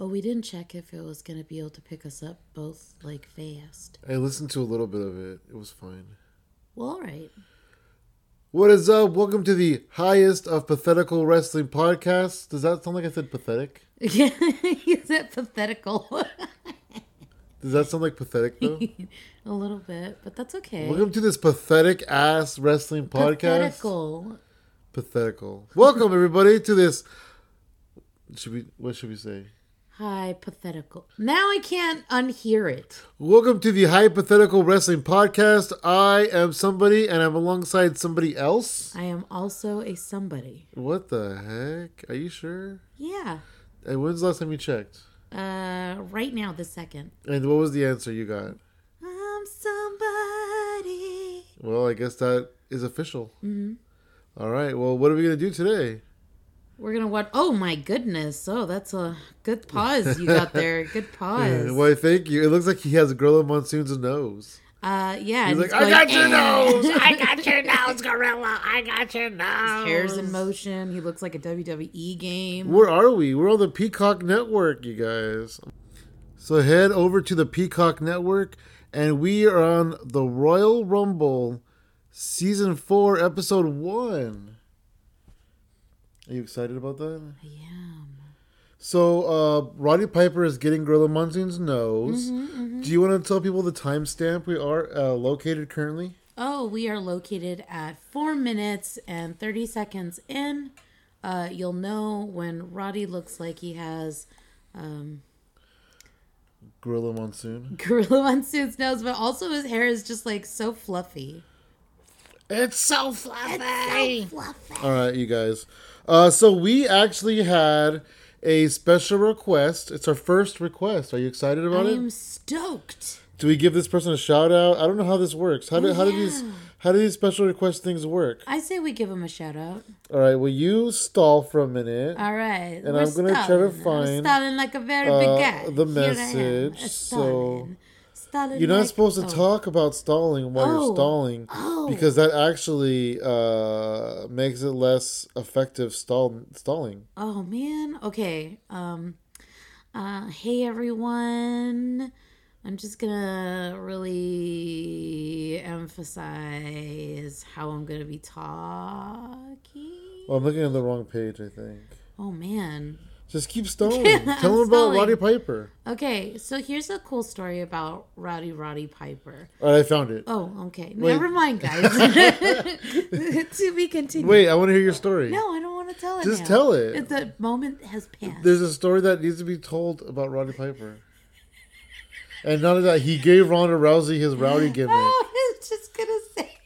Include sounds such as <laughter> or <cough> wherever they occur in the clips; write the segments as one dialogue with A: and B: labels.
A: Oh, we didn't check if it was going to be able to pick us up both like fast.
B: I listened to a little bit of it. It was fine.
A: Well, all right.
B: What is up? Welcome to the highest of pathetical wrestling podcasts. Does that sound like I said pathetic?
A: Yeah, <laughs> is that pathetical? <laughs>
B: Does that sound like pathetic though?
A: a little bit, but that's okay.
B: Welcome to this pathetic ass wrestling podcast.
A: Pathetical.
B: Pathetical. Welcome everybody to this. Should we? What should we say?
A: Hypothetical. Now I can't unhear it.
B: Welcome to the hypothetical wrestling podcast. I am somebody, and I'm alongside somebody else.
A: I am also a somebody.
B: What the heck? Are you sure?
A: Yeah.
B: And when's the last time you checked?
A: Uh, right now, the second.
B: And what was the answer you got?
A: I'm somebody.
B: Well, I guess that is official. Mm-hmm. right. Well, what are we gonna do today?
A: We're gonna watch. Oh my goodness! Oh, that's a good pause you got there. Good pause.
B: Why? Thank you. It looks like he has Gorilla Monsoon's nose.
A: Uh, yeah.
B: He's like, I got your nose.
A: <laughs>
B: I got
A: your nose, gorilla. I got your nose. His hair's in motion. He looks like a WWE game.
B: Where are we? We're on the Peacock Network, you guys. So head over to the Peacock Network, and we are on the Royal Rumble, season four, episode one. Are you excited about that?
A: I am.
B: So uh, Roddy Piper is getting Gorilla Monsoon's nose. Do you want to tell people the timestamp we are uh, located currently?
A: Oh, we are located at four minutes and 30 seconds in. Uh, you'll know when Roddy looks like he has <laughs> um,
B: Gorilla Monsoon.
A: Gorilla Monsoon's nose, but also his hair is just like so fluffy.
B: It's so fluffy.
A: Fluffy.
B: All right, you guys. Uh, so we actually had a special request. It's our first request. Are you excited
A: I
B: about it?
A: am stoked.
B: Do we give this person a shout out? I don't know how this works. How do how do these
A: yeah.
B: how do these special request things work?
A: I say we give him a shout out.
B: All right. Well, you stall for a minute.
A: All right.
B: And I'm gonna try to
A: i
B: find,
A: stalling like a very
B: uh,
A: big guy.
B: the
A: Here I am,
B: message, so-
A: stalling. Stalling
B: You're not
A: like-
B: supposed to
A: oh.
B: talk about stalling while
A: Oh.
B: you're stalling
A: Oh.
B: because that actually uh, makes it less effective stall stalling.
A: Oh man. Okay. Um uh hey everyone. I'm just going to really emphasize how I'm going to be talking.
B: Well, Oh, I'm looking at the wrong page. I think.
A: Oh man. <laughs>
B: Just keep stalling.
A: I'm
B: Tell them about
A: stalling.
B: Roddy Piper.
A: Okay, so here's a cool story about Rowdy Roddy Piper.
B: All right, I found it.
A: Oh, okay. Never mind,
B: <laughs>
A: guys. <laughs> to be continued.
B: Wait, I want to hear your story.
A: No, I don't want to tell it.
B: Just
A: now.
B: tell it.
A: It- The moment has passed.
B: There's a story that needs to be told about Roddy Piper. And not only that, he gave Ronda Rousey his rowdy gimmick.
A: <laughs> Oh, <laughs> I was just gonna say.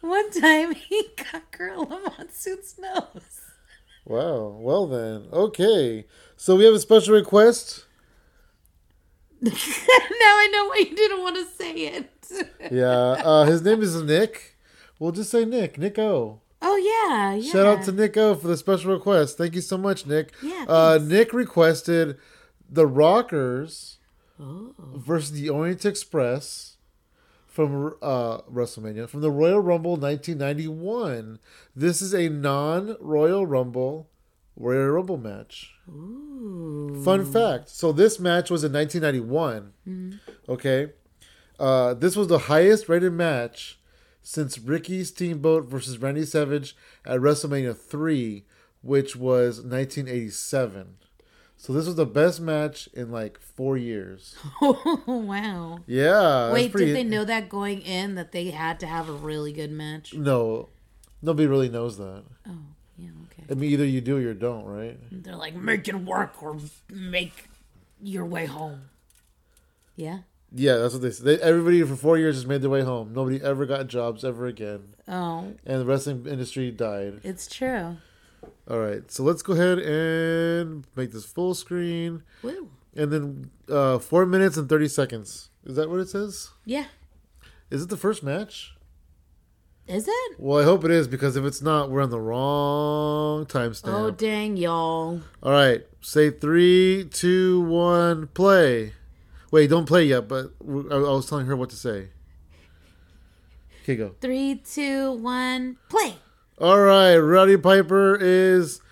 A: One time he got Gorilla Monsoon's nose. <laughs>
B: Wow. Well then, okay. So we have a special request.
A: now I know why you didn't want to say it.
B: Yeah. Uh, his name is Nick. We'll just say Nick. Nick O.
A: Oh yeah, yeah.
B: Shout out to Nick O for the special request. Thank you so much, Nick.
A: Yeah,
B: Uh, Nick requested the Rockers
A: Oh.
B: versus the Orient Express from uh, WrestleMania from the Royal Rumble 1991. This is a non-Royal Rumble Royal Rumble match.
A: Ooh. <laughs>
B: Fun fact. So this match was in 1991.
A: Mm-hmm.
B: Okay. Uh, this was the highest rated match since Ricky Steamboat versus Randy Savage at WrestleMania 3, which was 1987. So this was the best match in like four years.
A: Oh, wow.
B: Yeah. that's
A: Wait,
B: pretty-
A: did they know that going in that they had to have a really good match?
B: No. Nobody really knows that.
A: Oh, yeah, okay.
B: I mean, either you do or you don't, right?
A: They're like, make it work or make your way home. Yeah.
B: Yeah, that's what they said. They, everybody for four years just made their way home. Nobody ever got jobs ever again.
A: Oh,
B: And the wrestling industry died.
A: it's true.
B: All right, so let's go ahead and make this full screen,
A: Woo.
B: and then uh, four minutes and thirty seconds. Is that what it says?
A: Yeah.
B: Is it the first match?
A: Is it?
B: Well, I hope it is because if it's not, we're on the wrong
A: Oh,
B: timestamp.
A: dang, y'all.
B: All right, say three, two, one, play. Wait, don't play yet. But I I was telling her what to say. Okay, go.
A: Three, two, one, play.
B: All right, Roddy Piper is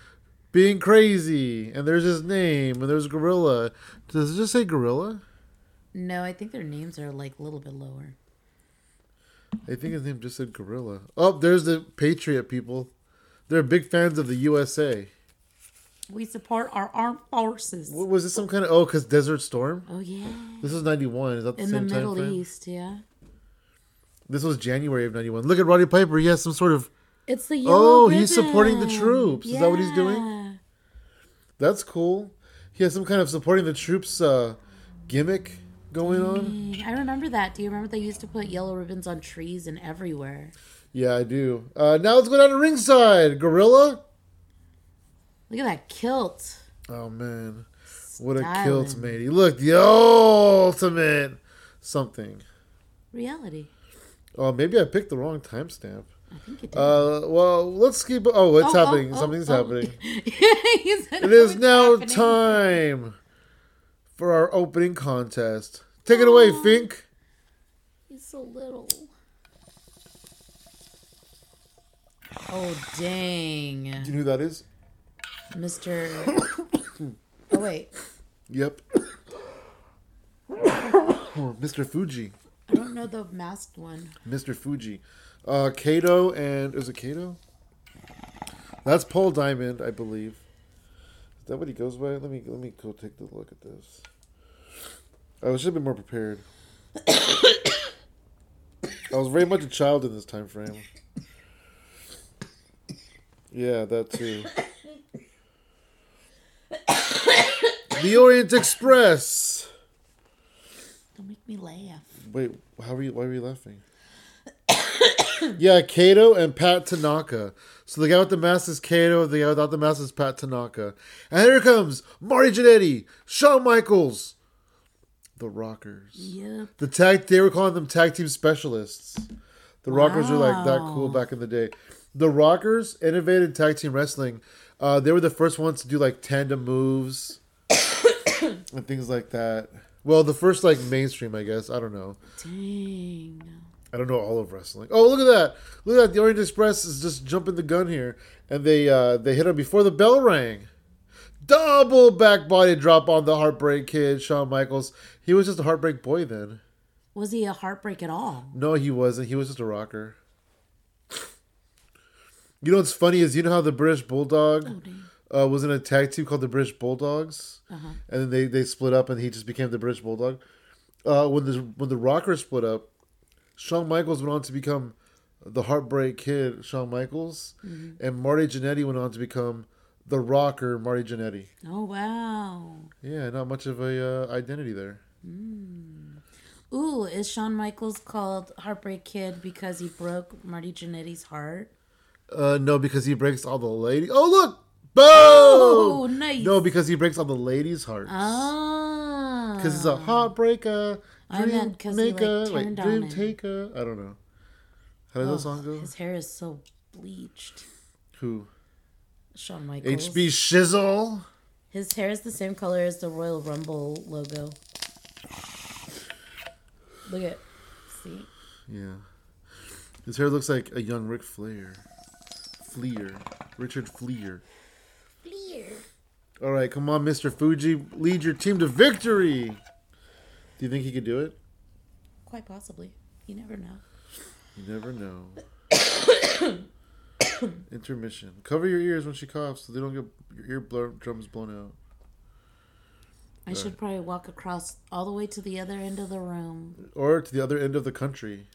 B: being crazy, and there's his name, and there's Gorilla. Does it just say Gorilla?
A: No, I think their names are like a little bit lower.
B: I think his name just said Gorilla. Oh, there's the Patriot people. They're big fans of the USA.
A: We support our armed forces.
B: What, was this some kind of oh? Because Desert Storm.
A: Oh yeah,
B: This was ninety one. Is that the
A: in the
B: same time
A: Middle
B: frame?
A: East, yeah.
B: This was January of ninety one. Look at Roddy Piper. He has some sort of
A: It's the yellow
B: Oh, he's supporting the
A: ribbon.
B: troops. Is that what he's doing?
A: Yeah.
B: that's cool. He has some kind of supporting the troops uh, gimmick going on.
A: Mm, I remember that. Do you remember they used to put yellow ribbons on trees and everywhere?
B: Yeah, I do. Uh, now let's go down to ringside. Gorilla.
A: Look at that kilt.
B: Oh man, what a kilt,
A: Styling.
B: matey! Look, the ultimate something.
A: Reality.
B: Oh, maybe I picked the wrong timestamp.
A: I think it did.
B: Uh, well, let's keep. Oh, it's
A: Oh, oh,
B: happening.
A: oh,
B: Something's
A: oh.
B: happening.
A: <laughs> He said
B: It is
A: was
B: now
A: happening.
B: time for our opening contest. Take it away,
A: Oh.
B: Fink.
A: He's so little. Oh dang,
B: Do you know who that is?
A: Mister. oh wait,
B: Yep. <coughs> Oh, Mr. Fuji.
A: I don't know the masked one.
B: Mr. Fuji. Uh, Kato and. Is it Kato? That's Paul Diamond, I believe. Is that what he goes by? Let me let me go take a look at this. I should have been more prepared. <coughs> I was very much a child in this time frame. Yeah, that too. the Orient Express.
A: Don't make me laugh.
B: Wait, how are you? Why are you laughing? <coughs> yeah, Kato and Pat Tanaka. So the guy with the mask is Kato. The guy without the mask is Pat Tanaka. And here comes Marty Jannetty, Shawn Michaels, the Rockers.
A: Yep.
B: The tag they were calling them tag team specialists. The Rockers were like that
A: Wow.
B: cool back in the day. The Rockers innovated tag team wrestling. Uh, they were the first ones to do like tandem moves <coughs> and things like that. Well, the first like mainstream, I guess. I don't know.
A: Dang.
B: I don't know all of wrestling. Oh, look at that! Look at that! The Orient Express is just jumping the gun here, and they uh, they hit him before the bell rang. Double back body drop on the Heartbreak Kid, Shawn Michaels. He was just a Heartbreak Boy then.
A: Was he a heartbreak at all?
B: No, he wasn't. He was just a rocker. You know what's funny is you know how the British
A: Oh,
B: Bulldog uh, was in a tag team called the British Bulldogs,
A: Uh-huh.
B: and then they, they split up, and he just became the British Bulldog. Uh, when the when the Rockers split up, Shawn Michaels went on to become the Heartbreak Kid, Shawn Michaels,
A: Mm-hmm.
B: and Marty Jannetty went on to become the Rocker, Marty Jannetty.
A: Oh wow.
B: Yeah, not much of a uh, identity there.
A: Ooh, is Shawn Michaels called Heartbreak Kid because he broke Marty Jannetty's heart?
B: Uh, no, because he breaks all the ladies. Oh, look! Boom!
A: Oh, nice.
B: No, because he breaks all the ladies' hearts.
A: Oh.
B: Because he's a heartbreaker,
A: I
B: dream
A: meant 'cause he, like,
B: maker, wait,
A: turned on
B: dream
A: him. Oh,
B: taker. I don't know. How does that song go?
A: His hair is so bleached.
B: Who?
A: Shawn Michaels.
B: HB Shizzle?
A: His hair is the same color as the Royal Rumble logo. Look at. See?
B: Yeah. His hair looks like a young Ric Flair. Fleer. Richard Fleer. All right, come on, Mr. Fuji. Lead your team to victory. Do you think he could do it?
A: Quite possibly. You never know.
B: You never know. <coughs> Intermission. Cover your ears when she coughs so they don't get your ear blur- drums blown out.
A: I should probably walk across all the way to the other end of the room
B: Or to the other end of the country.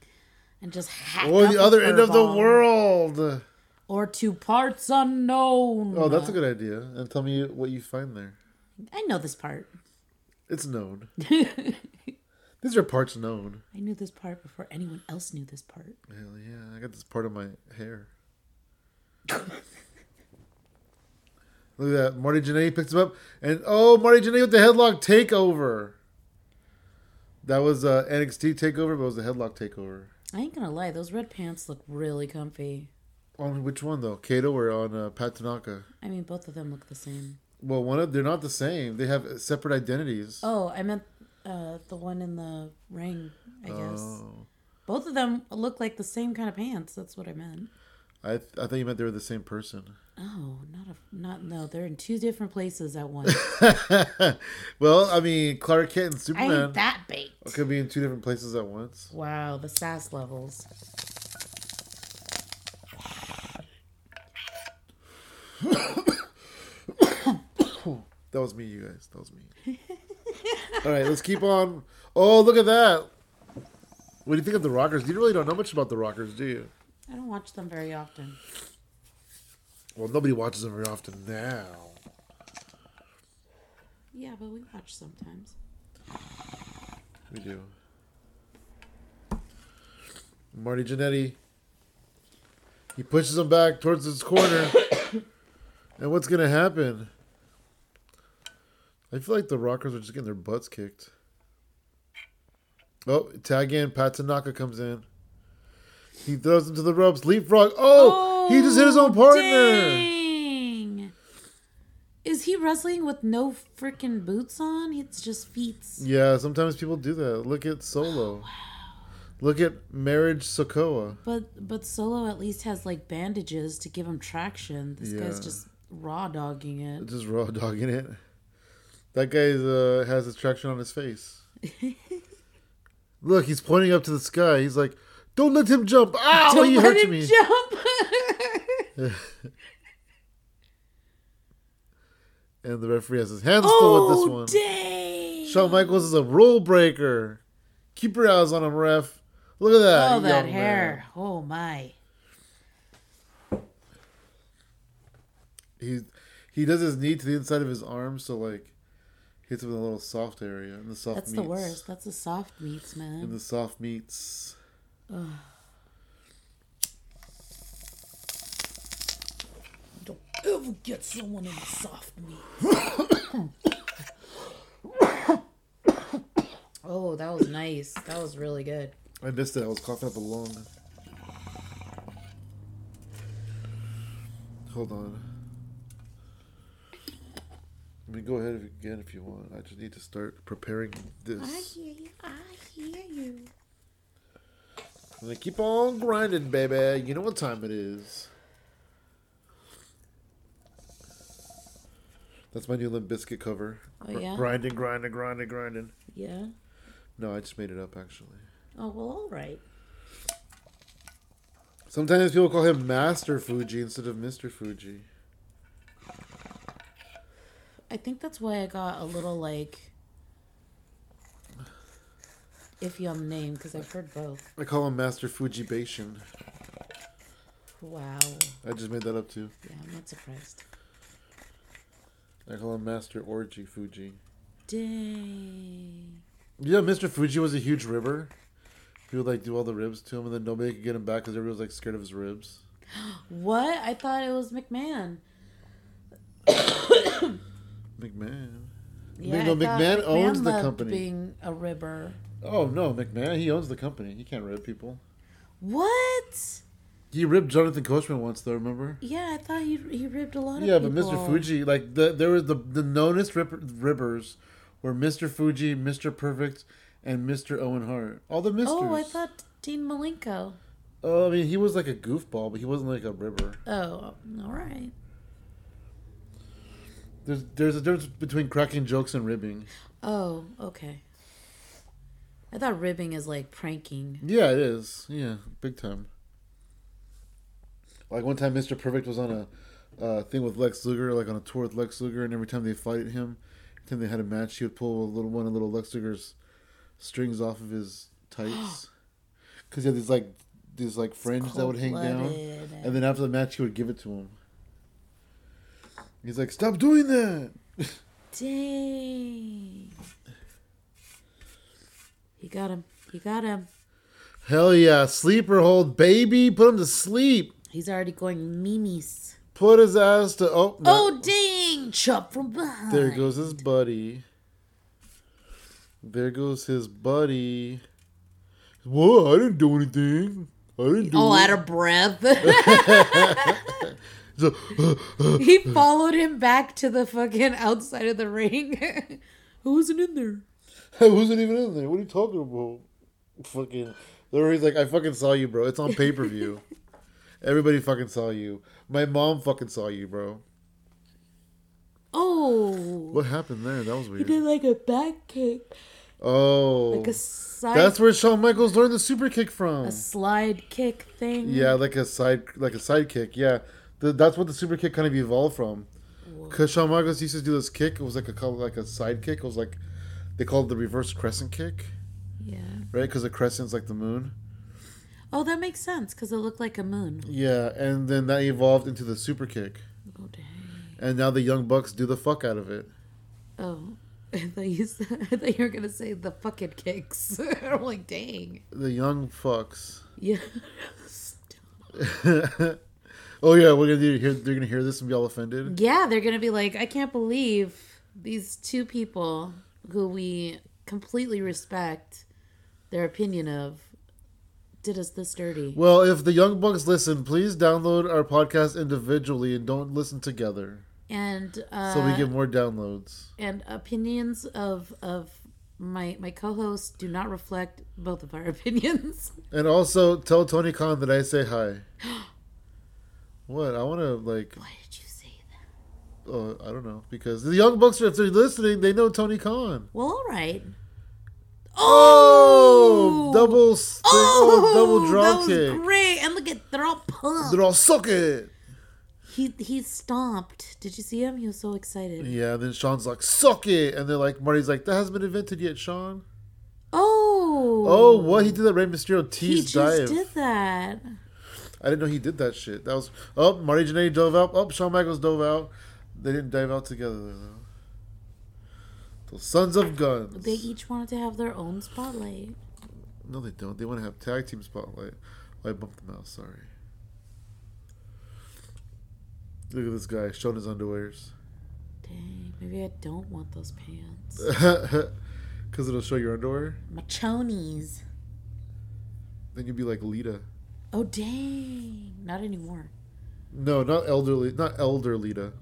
A: and just hack
B: Or
A: up
B: the
A: a
B: other end of the
A: furball.
B: world.
A: Or to parts unknown.
B: Oh, that's a good idea. And tell me what you find there.
A: I know this part.
B: It's known.
A: I
B: These are parts known.
A: knew this part before anyone else knew this part.
B: Hell yeah, I got this part of my hair. Look at that. Marty Jannetty picks him up. And oh, Marty Jannetty with the headlock takeover. That was uh, NXT takeover, but it was the headlock takeover.
A: I ain't gonna lie, those red pants look really comfy.
B: On which one though? Kato or on uh, Pat Tanaka?
A: I mean, both of them look the same.
B: Well, one of they're not the same. They have separate identities.
A: Oh, I meant uh, the one in the ring, I guess. Both of them look like the same kind of pants. That's what I meant.
B: I I thought you meant they were the same person. <laughs>
A: Oh, not a not no. They're in two different places at once.
B: well, I mean, Clark Kent
A: I
B: and
A: ain't
B: Superman
A: that baked.
B: could be in two different places at once.
A: Wow, the sass levels.
B: That was me, you guys. That was me. <laughs> All right, let's keep on. Oh, look at that. What do you think of the Rockers? You really don't know much about the Rockers, do you?
A: I don't watch them very often.
B: Well, nobody watches them very often now.
A: Yeah, but we watch sometimes.
B: We do. Marty Jannetty. He pushes him back towards his corner. <coughs> and what's going to happen? I feel like the Rockers are just getting their butts kicked. Oh, tag in. Pat Tanaka comes in. He throws him to the ropes. Leapfrog. Oh, he just hit his own
A: Oh,
B: partner.
A: dang. Is he wrestling with no freaking boots on? It's just feet.
B: Yeah, sometimes people do that. Look at Solo. Look at Marriage Sokoa.
A: But but Solo at least has like bandages to give him traction. This guy's
B: Yeah.
A: just raw dogging it.
B: Just raw <laughs> dogging it. That guy is, uh, has his traction on his
A: <laughs>
B: face. Look, he's pointing up to the sky. He's like, "Don't let him jump!" Ah, Ow!
A: Don't
B: he
A: let
B: hurts
A: him
B: me.
A: jump.
B: And the referee has his hands full
A: oh
B: with this one.
A: dang!
B: Shawn Michaels is a rule breaker. Keep your eyes on him, ref. Look at that.
A: oh that
B: young man.
A: hair. Oh my.
B: he he does his knee to the inside of his arm, so like hits him in a little soft area in the soft.
A: That's the
B: meats.
A: worst. That's the soft meats,
B: In
A: man.
B: the soft meats.
A: Don't ever get someone in the soft meats. <coughs> oh, that was nice. That was really good.
B: I missed it. I was coughing up a lung. Hold on. I mean, go ahead again if you want. I just need to start preparing this.
A: hear you. I hear you.
B: I'm gonna keep on grinding, baby. You know what time it is. That's my new Limp Biscuit cover.
A: Oh,
B: Gr-
A: yeah?
B: Grinding, grinding, grinding, grinding.
A: Yeah.
B: No, I just made it up actually.
A: Oh well, all right.
B: Sometimes people call him Master Fuji instead of Mr. Fuji.
A: I think that's why I got a little like iffy on the name because I've heard both.
B: I call him Master Fujibation.
A: Wow.
B: I just made that up too.
A: Yeah, I'm not surprised.
B: I call him Master Orgy Fuji.
A: Dang.
B: Yeah, Mr. Fuji was a huge ribber. He would like do all the ribs to him, and then nobody could get him back because everyone was like scared of his ribs.
A: What? I thought it was McMahon.
B: McMahon.
A: Yeah,
B: no,
A: I thought
B: McMahon owns the
A: loved
B: company.
A: Being a ribber.
B: Oh no, McMahon. He owns the company. He can't rib people.
A: What?
B: He ribbed Jonathan Coachman once, though. Remember?
A: Yeah, I thought he he ripped a lot of
B: Yeah, but
A: people.
B: Mr. Fuji, like the there was the the knownest ripper, ribbers were Mr. Fuji, Mr. Perfect, and Mr. Owen Hart. All the misters.
A: Oh, I thought Dean Malenko.
B: Oh, I mean, he was like a goofball, but he wasn't like a ribber.
A: Oh, all right.
B: There's there's a difference between cracking jokes and ribbing.
A: Oh, okay. I thought ribbing is like pranking.
B: Yeah, it is. Yeah, big time. Like one time, Mr. Perfect was on a uh, thing with Lex Luger, like on a tour with Lex Luger, and every time they fight him, every time they had a match, he would pull a little one of little Lex Luger's strings off of his tights, because he had these like these like fringe that would hang down,
A: Cold-blooded.
B: and then after the match, he would give it to him. He's like, "Stop doing that."
A: Dang. He got him. He got him.
B: Hell yeah, sleeper hold, baby, put him to sleep.
A: He's already going memes.
B: Put his ass to oh, no.
A: Oh, dang! Chop from behind.
B: There goes his buddy. There goes his buddy. Whoa, I didn't do anything. I didn't do
A: All
B: it.
A: out of breath.
B: <laughs> So, <laughs>
A: he followed him back to the fucking outside of the ring. <laughs> Who wasn't in there?
B: I wasn't even in there. What are
A: <laughs>
B: you talking about? Fucking. There he's like, I fucking saw you, bro. It's on pay per view. Everybody fucking saw you. My mom fucking saw you, bro.
A: Oh,
B: What happened there? That was
A: he
B: weird.
A: did like a back kick,
B: Oh,
A: like a side,
B: that's where Shawn Michaels learned the super kick from.
A: a slide kick thing.
B: Yeah, like a side, like a sidekick. Yeah, the, that's what the super kick kind of evolved from. Because Shawn Michaels used to do this kick. It was like a called like a side kick. It was like they called it the reverse crescent kick,
A: yeah.
B: right? Because the crescent's like the moon.
A: Oh, that makes sense because it looked like a moon.
B: Yeah, and then that evolved into the super kick,
A: Oh dang.
B: and now the Young Bucks do the fuck out of it.
A: Oh. <laughs> I thought, you said, I thought you were gonna say the fucking kicks. <laughs> I'm like, dang.
B: The Young Fucks.
A: Yeah.
B: <laughs> oh yeah, we're gonna do, hear, they're gonna hear this and be all
A: <laughs>
B: offended.
A: Yeah, they're gonna be like, I can't believe these two people who we completely respect their opinion of did us this dirty.
B: Well, if the Young Bucks listen, please download our podcast individually and don't listen together,
A: And uh,
B: so we get more downloads.
A: and opinions of of my my co-hosts do not reflect both of our <laughs> opinions.
B: And also tell Tony Khan that I say
A: <gasps>
B: hi. what? I want to like.
A: Why did you say that?
B: Uh, I don't know because the Young Bucks, if they're listening, they know Tony Khan.
A: Well, all right.
B: Oh,
A: Oh!
B: double, s- big old double
A: that
B: drop
A: was
B: kick.
A: great! And look at they're all pumped.
B: They're all suck it.
A: he he stomped. Did you see him? He was so excited.
B: Yeah, then Sean's like, suck it. And they're like, Marty's like, that hasn't been invented yet, Sean.
A: Oh.
B: Oh, what? He did that Rey Mysterio
A: He
B: tease
A: just
B: dive.
A: did that.
B: I didn't know he did that shit. That was, oh, Marty Jannetty dove out. Oh, Shawn Michaels dove out. They didn't dive out together, though. Those sons of guns.
A: They each wanted to have their own spotlight.
B: No, they don't. They want to have tag team spotlight. Oh, I bumped the mouse. Sorry. Look at this guy showing his underwears <laughs>
A: Dang, maybe I don't want those pants.
B: because it'll show your underwear.
A: Machonies.
B: Then you'll be like Lita.
A: Oh dang, not anymore.
B: No, not elderly. Not elder Lita.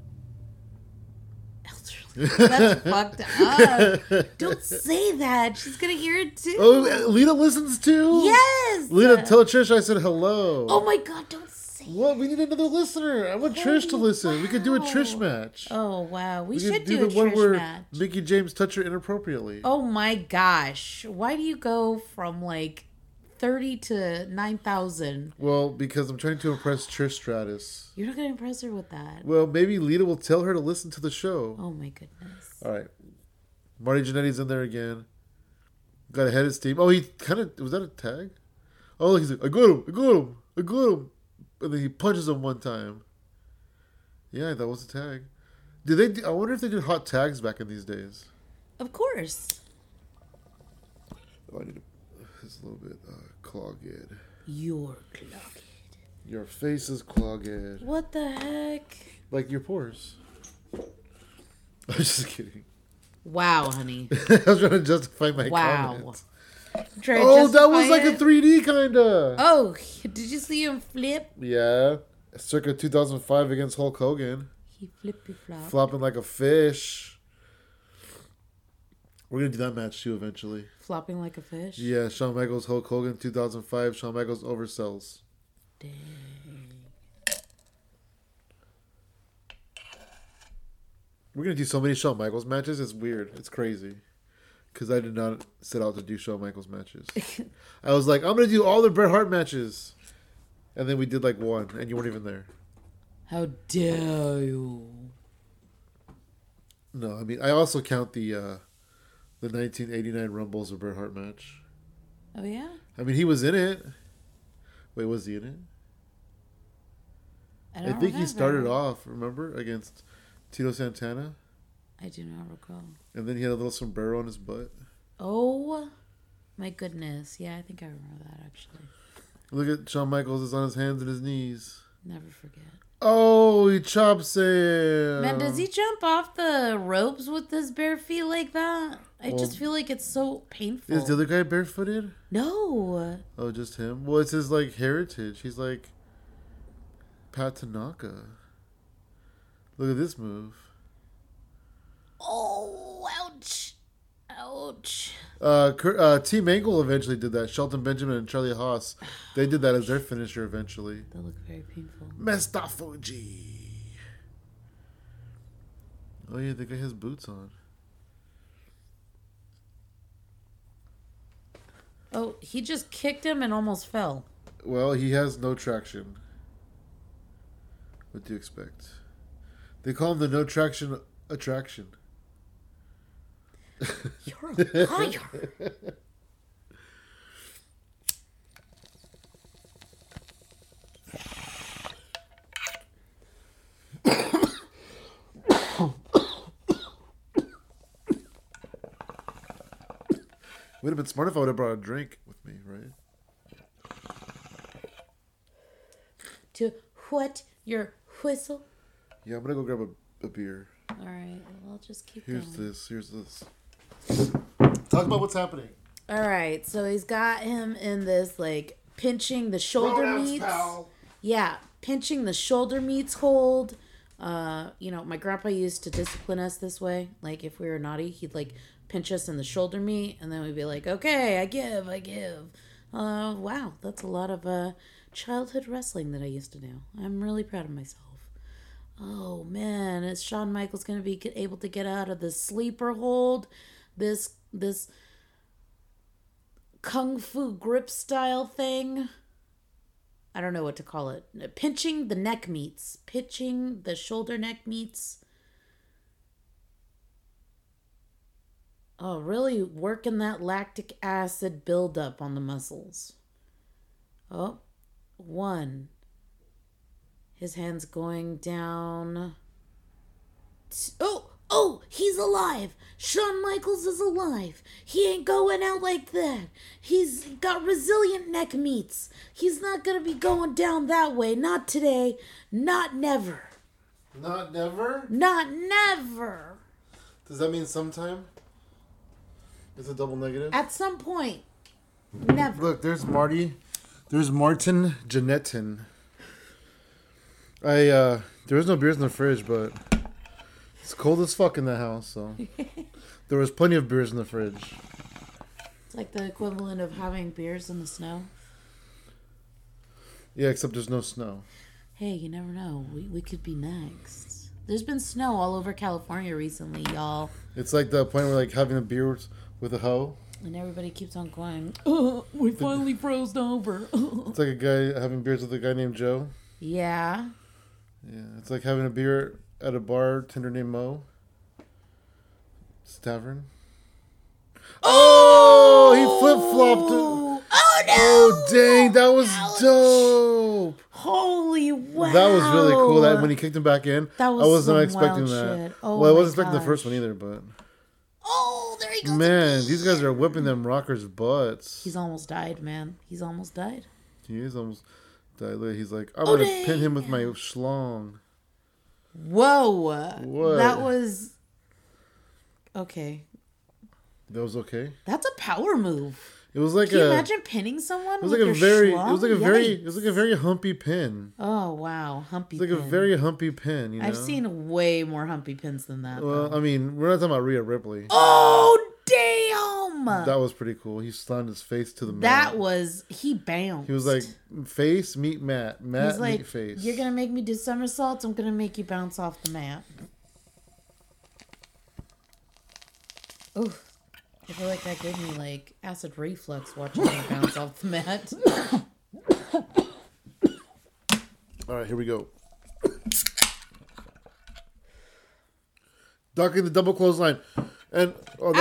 B: <laughs>
A: Elderly. That's fucked up. Don't say that. She's gonna hear it too.
B: Oh, Lita listens too.
A: yes.
B: Lita, tell Trish I said hello.
A: oh my god, don't say.
B: What? We need another listener. I want Trish to
A: Oh,
B: listen. We could do a
A: wow.
B: Trish match.
A: Oh wow, we,
B: we
A: should
B: could
A: do,
B: the
A: a
B: one
A: Trish
B: where
A: match.
B: Mickey James touched her inappropriately.
A: Oh my gosh, why do you go from like thirty to nine thousand?
B: Well, because I'm trying to impress Trish Stratus.
A: You're not gonna impress her with that.
B: Well, maybe Lita will tell her to listen to the show.
A: Oh my goodness.
B: All right. Marty Jannetty's in there again. Got ahead of steam. Oh, he kind of was that a tag? Oh, he's like, I got him, I got him, I got him, and then he punches him one time. Yeah, that was a tag. Did they? do- I wonder if they did hot tags back in these days.
A: Of course.
B: Oh, I need to, it's a little bit uh, clogged.
A: Your clock.
B: Your face is clogged,
A: What the heck?
B: like your pores. <laughs> I'm just kidding. <laughs>
A: Wow, honey.
B: I was trying to justify my
A: Wow.
B: comment.
A: Try to
B: Oh, that was
A: justify
B: like a
A: it?
B: 3D kinda.
A: Oh, <laughs> did you see him flip?
B: Yeah, circa 2005 against Hulk Hogan,
A: He flippy flop.
B: flopping like a fish. We're gonna do that match too eventually.
A: Flopping like a fish.
B: Yeah, Shawn Michaels, Hulk Hogan, 2005. Shawn Michaels oversells.
A: Dang.
B: We're gonna do so many Shawn Michaels matches. It's weird. It's crazy. Cause I did not set out to do Shawn Michaels <laughs> matches. I was like, I'm gonna do all the Bret Hart matches, and then we did like one, and you weren't even there.
A: How dare you?
B: No, I mean I also count the uh, the 1989 Rumbles of Bret Hart match.
A: Oh yeah.
B: I mean he was in it. Wait, was he in it?
A: I,
B: I,
A: don't
B: think he started
A: remember.
B: off, remember, against Tito Santana,
A: I do not recall.
B: and then he had a little sombrero on his butt.
A: Oh my goodness. Yeah, I think I remember that actually.
B: Look at Shawn Michaels is on his hands and his knees.
A: Never forget.
B: Oh, he chops him.
A: Man, does he jump off the ropes with his bare feet like that? I just feel like it's so painful.
B: Is the other guy barefooted?
A: no.
B: Oh, just him. Well, it's his like heritage. He's like Pat Tanaka. Look at this move.
A: Oh, ouch. Ouch.
B: Uh, Kurt, uh, Team Angle eventually did that. Shelton Benjamin and Charlie Haas, they did that as their finisher eventually.
A: That looked very painful.
B: Mr. Fuji. Oh yeah, the guy has boots on.
A: Oh, he just kicked him and almost fell.
B: Well, he has no traction. What do you expect? They call him the no traction attraction.
A: You're a <laughs> liar.
B: Would have been smart if I would have brought a drink with me, right?
A: to what your whistle.
B: Yeah, I'm gonna go grab a, a beer.
A: All right, well, I'll just keep
B: Here's
A: going.
B: this. Here's this. Talk about what's happening.
A: All right, so he's got him in this like pinching the shoulder
B: Pronouns,
A: meats.
B: pal.
A: Yeah, pinching the shoulder meats hold. Uh, you know, my grandpa used to discipline us this way. Like if we were naughty, he'd like pinch us in the shoulder meat, and then we'd be like, "Okay, I give, I give." Uh, wow, that's a lot of uh childhood wrestling that I used to do. I'm really proud of myself. Oh man, is Shawn Michaels gonna be get- able to get out of the sleeper hold? This this kung fu grip style thing. I don't know what to call it. Pinching the neck meats, pitching the shoulder neck meats. Oh, really working that lactic acid buildup on the muscles. Oh, one. His hand's going down. T- Oh, oh, he's alive. Shawn Michaels is alive. He ain't going out like that. He's got resilient neck meats. He's not going to be going down that way. Not today. Not never.
B: Not never.
A: Not never.
B: Does that mean sometime? It's a double negative.
A: At some point, never.
B: Look, there's Marty. There's Martin Janetin. I uh there is no beers in the fridge, but it's cold as fuck in the house, so there was plenty of beers in the fridge.
A: It's like the equivalent of having beers in the snow.
B: Yeah, except there's no snow.
A: Hey, you never know. We, we could be next. There's been snow all over California recently, y'all.
B: It's like the point where like having a beer with- with a hoe.
A: And everybody keeps on going, <laughs> oh, we finally froze over. <laughs>
B: It's like a guy having beers with a guy named Joe.
A: yeah.
B: Yeah, it's like having a beer at a bar tender named Mo. It's a tavern. Oh, he flip flopped.
A: Oh, oh no!
B: Oh dang, that was
A: Ouch.
B: dope.
A: Holy wow!
B: That was really cool. That when he kicked him back in,
A: That was
B: I was
A: some
B: not
A: wild
B: expecting that.
A: shit. Oh
B: well, I
A: my
B: wasn't expecting the
A: gosh.
B: first one either, but
A: Oh, there he goes.
B: man, these guys are whipping them rockers' butts.
A: He's almost died, man. He's almost died.
B: he is almost died. Look, He's like, I'm
A: Oh,
B: gonna
A: dang.
B: pin him with my schlong.
A: Whoa!
B: What?
A: That was okay.
B: That was okay.
A: That's a power move.
B: It was like
A: Can you
B: a,
A: imagine pinning someone?
B: it was
A: with
B: like a
A: your
B: very,
A: schlong?
B: it was like a very,
A: Yikes.
B: it was like a very humpy pin.
A: Oh wow, humpy.
B: It's like a
A: pin.
B: very humpy pin. You know,
A: I've seen way more humpy pins than that. though.
B: Well, I mean, we're not talking about Rhea Ripley.
A: Oh damn!
B: That was pretty cool. He slammed his face to the mat.
A: Oh. That was he bounced.
B: He was like, face meet Matt. Matt
A: He's like,
B: meet face.
A: you're gonna make me do somersaults. I'm gonna make you bounce off the mat. Ooh, I feel like that gave me like acid reflux watching me bounce off the
B: <laughs>
A: mat.
B: All right, here we go. <coughs> Ducking the double clothesline, and oh, that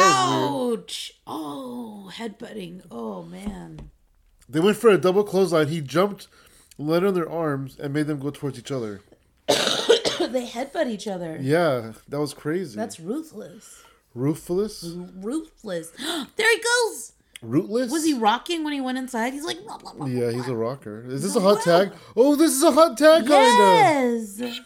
B: was weird.
A: Ouch! Oh, headbutting. Oh man. <coughs>
B: They went for a double clothesline. He jumped, landed on their arms, and made them go towards each other.
A: they headbutt each other.
B: Yeah, that was crazy.
A: That's ruthless.
B: ruthless.
A: Ruthless. <gasps> there he goes.
B: Rootless.
A: Was he rocking when he went inside? He's like, blah, blah, blah,
B: Yeah, he's a rocker. Is this a hot
A: Wow.
B: tag? Oh, this is a hot tag, kind of.
A: yes.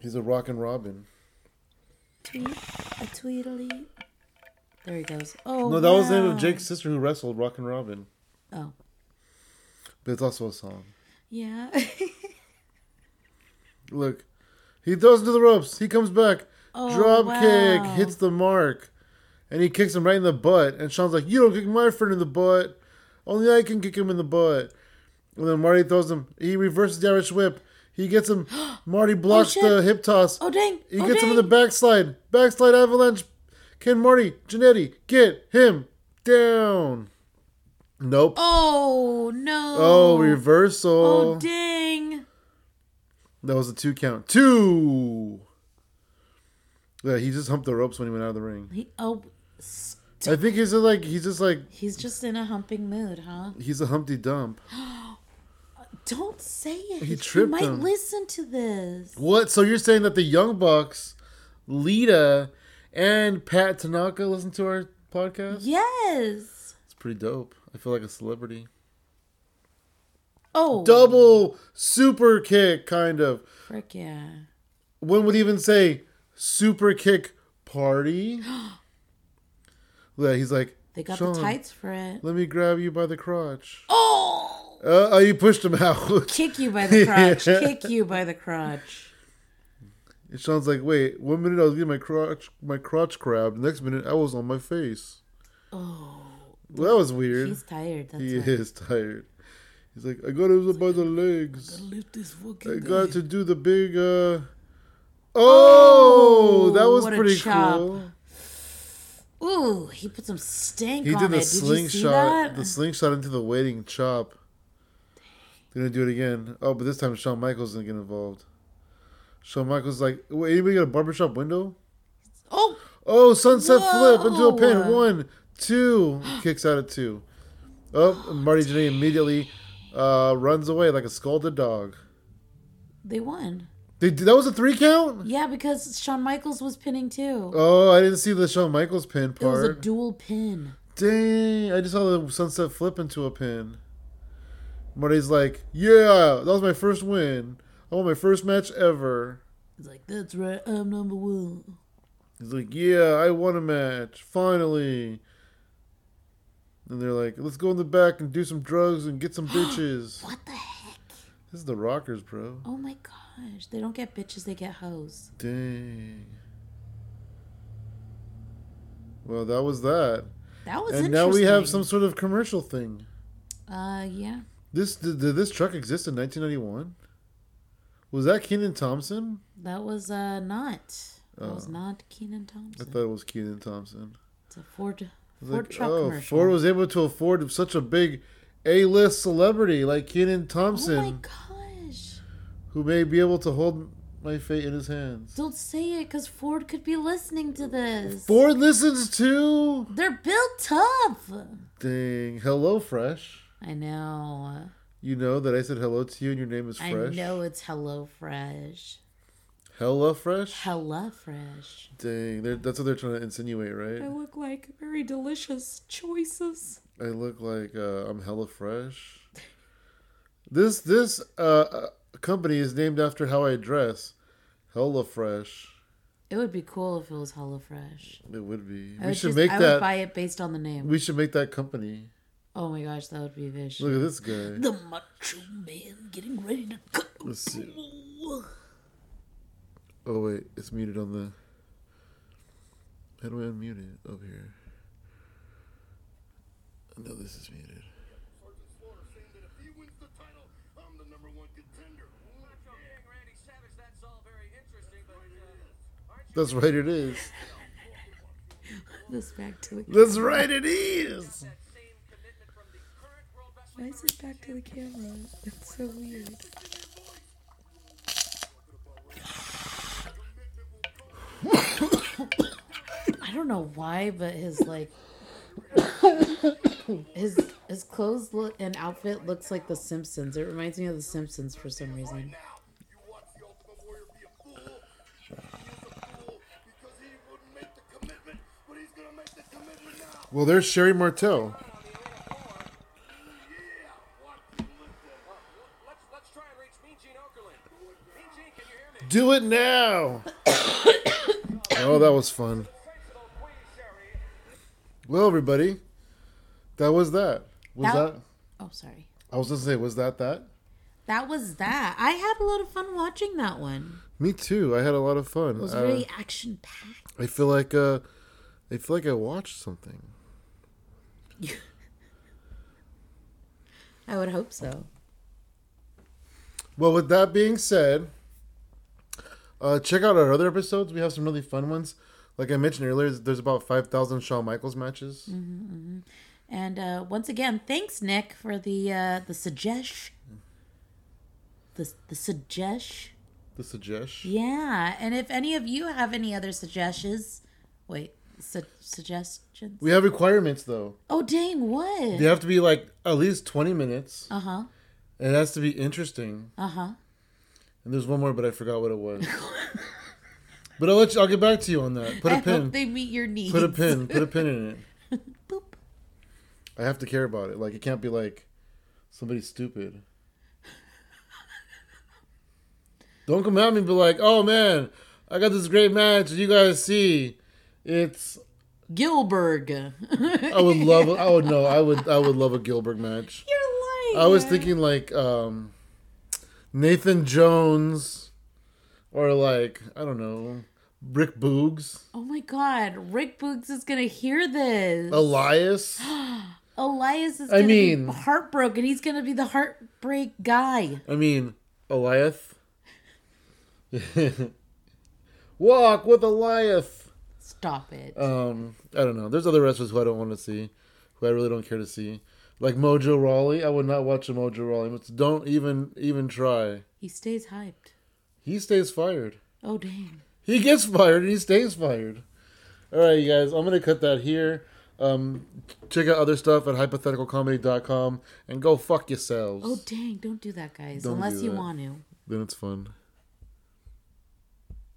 B: He's a rockin' Robin.
A: tweet, a tweedly. There he goes. Oh,
B: No, that was the name of
A: wow.
B: Jake's sister who wrestled Rockin' Robin.
A: Oh,
B: But it's also a song.
A: yeah.
B: Look, he throws into the ropes. He comes back.
A: Oh,
B: Drop kick
A: wow.
B: hits the mark, and he kicks him right in the butt. And Sean's like, "You don't kick my friend in the butt. Only I can kick him in the butt." And then Marty throws him. He reverses the Irish whip. He gets him. <gasps> Marty blocks
A: shit.
B: the hip toss.
A: <laughs> Oh dang!
B: He
A: oh,
B: gets
A: dang.
B: him in the backslide. Backslide avalanche. Can Marty Janetti get him down? Nope. Oh,
A: Oh no!
B: reversal.
A: Oh dang!
B: that was a two count. Two. Yeah, he just humped the ropes when he went out of the ring.
A: He oh, s-
B: I think he's just like he's just like
A: he's just in a humping mood, huh?
B: he's a Humpty Dump.
A: Don't say it.
B: He tripped
A: You might
B: him.
A: listen to this.
B: What? So you're saying that the Young Bucks, Lita, and Pat Tanaka listen to our podcast?
A: Yes.
B: It's pretty dope. I feel like a celebrity.
A: Oh,
B: Double super kick, kind of.
A: frick yeah!
B: one would even say super kick party. <gasps> yeah, he's like,
A: They got
B: Sean,
A: the tights for it.
B: Let me grab you by the crotch.
A: Oh,
B: Uh, oh, you pushed him <laughs> out.
A: kick you by
B: <laughs>
A: the crotch.
B: Yeah.
A: Kick you by the crotch.
B: And Sean's like, wait, one minute I was getting my crotch, my crotch grabbed. Next minute I was on my face.
A: Oh,
B: Well, that was weird.
A: he's tired. That's
B: he
A: why.
B: is tired. He's like, I got him by the legs.
A: Lift this
B: I
A: fucking.
B: got to do the big. uh Oh, that was
A: what a
B: pretty
A: chop.
B: cool.
A: Ooh, he put some stank
B: He
A: on
B: did the
A: it. did you see
B: slingshot,
A: that?
B: the slingshot into the waiting chop. They're gonna do it again. Oh, but this time Shawn Michaels gonna get involved. Shawn Michaels like, wait, anybody got a barbershop window?
A: Oh,
B: Oh, sunset flip into a pin.
A: Whoa.
B: One, two, kicks out at two. Oh, and Marty Jannetty immediately uh, runs away like a scalded dog.
A: they won.
B: They, that was a three count.
A: Yeah, because Shawn Michaels was pinning too.
B: Oh, I didn't see the Shawn Michaels pin
A: it was a
B: part.
A: dual pin.
B: Dang, I just saw the sunset flip into a pin. Marty's like, yeah, that was my first win. I won my first match ever.
A: It's like that's right. I'm number one.
B: He's like, yeah, I won a match finally. And they're like, let's go in the back and do some drugs
A: <gasps>
B: and get some bitches.
A: What the heck?
B: this is the Rockers, bro.
A: Oh my gosh! They don't get bitches. They get hoes.
B: Dang. Well, that was that.
A: That was
B: and now
A: interesting.
B: we have some sort of commercial thing.
A: Uh, yeah.
B: This did, did this truck exist in 1991? Was that Kenan Thompson?
A: That was uh not. That
B: Oh.
A: was not Keenan
B: I
A: Thompson.
B: thought it was Kenan Thompson.
A: It's a Ford
B: I was
A: Ford
B: like,
A: truck
B: oh,
A: commercial.
B: Ford was able to afford such a big A-list celebrity like Kenan
A: oh my
B: Thompson,
A: gosh!
B: who may be able to hold my fate in his hands.
A: Don't say it, cause Ford could be listening to this.
B: Ford listens to
A: They're built tough.
B: dang Hello Fresh.
A: I know.
B: You know that I said hello to you and your name is
A: I
B: Fresh.
A: know it's Hello Fresh.
B: Hello Fresh.
A: Hella Fresh.
B: Dang, they're, that's what they're trying to insinuate,
A: I
B: right?
A: look like very delicious choices.
B: I look like uh, I'm Hello Fresh. This this uh, uh, company is named after how I dress. Hello Fresh.
A: It would be cool if it was Hello Fresh.
B: It would be.
A: I
B: We
A: would
B: should
A: just-
B: make
A: I
B: that.
A: would buy it based on the name.
B: We should make that company.
A: oh my gosh, that would be vicious.
B: Look at this guy.
A: The Macho Man getting ready to cook.
B: Let's see. Oh wait, it's muted on the. How do I unmute it over here? No, this is muted.
C: Sergeant Slaughter saying that if he wins the title, I'm the number one contender.
D: Macho King Randy Savage, that's all very interesting, but uh, aren't you
B: That's right, it is.
A: This back to the
B: That's right, it is.
D: that same commitment from the current World
A: Why
D: Wrestling
A: is it back to the camera? It's so weird. I don't know why, but his like his his clothes look and outfit looks like the Simpsons. It reminds me of the Simpsons for some reason.
C: Now, you watch the Ultimate Warrior be a fool. He is a fool because he wouldn't make the commitment, but he's gonna make the commitment now.
B: Well, there's Sherry Martel.
C: Yeah, watch him listen.
D: Well, let's, let's try and reach Mean Gene Okerlund. Mean Gene, can you hear me?
B: Do it now. <coughs> oh, that was fun.
D: Sensible Queen Sherry.
B: Well, everybody, that was that. Was
A: That-
B: that?
A: Oh, sorry.
B: I was gonna say, was that that?
A: that was that. I had a lot of fun watching that one.
B: Me too. I had a lot of fun.
A: It was
B: Uh,
A: really action packed.
B: I feel like uh, I feel like I watched something.
A: I would hope so.
B: Well, with that being said, uh, check out our other episodes. We have some really fun ones. Like I mentioned earlier, there's about five thousand Shawn Michaels matches.
A: Mm. And uh, once again, thanks Nick for the uh, the suggest the the suggest.
B: The suggestion.
A: Yeah, and if any of you have any other suggestions, wait, su- suggestions.
B: We have requirements though.
A: Oh dang, what?
B: They have to be like at least twenty minutes.
A: Uh huh.
B: It has to be interesting.
A: Uh huh.
B: And there's one more, but I forgot what it was. <laughs> but I'll let you. I'll get back to you on that. Put
A: I
B: a pin.
A: hope they meet your needs.
B: Put a pin. Put a pin in it.
A: <laughs> Boop.
B: I have to care about it. Like it can't be like somebody stupid. Don't come at me and be like, oh man, I got this great match. You guys see, it's.
A: Gilberg.
B: I would love. I would know. I would. I would love a Gilbert match.
A: <laughs> You're lying.
B: I was
A: man.
B: thinking like um, Nathan Jones, or like I don't know, Rick Boogs,
A: Oh my god, Rick Boogs is gonna hear this.
B: Elias.
A: Elias is
B: Oh. I
A: gonna
B: mean-
A: be heartbroken. He's gonna be the heartbreak guy.
B: I mean, Eliath. <laughs> Walk with Eliath.
A: Stop it.
B: Um, I don't know. There's other wrestlers who I don't want to see, who I really don't care to see, like Mojo Rawley. I would not watch a Mojo Rawley. But Don't even even try.
A: he stays hyped.
B: He stays fired.
A: Oh dang.
B: He gets fired and he stays fired. All right, you guys. I'm gonna cut that here. Um, check out other stuff at hypotheticalcomedy.com and go fuck yourselves.
A: Oh dang, don't do that guys.
B: Don't
A: Unless
B: do
A: you
B: that.
A: want to.
B: Then it's fun.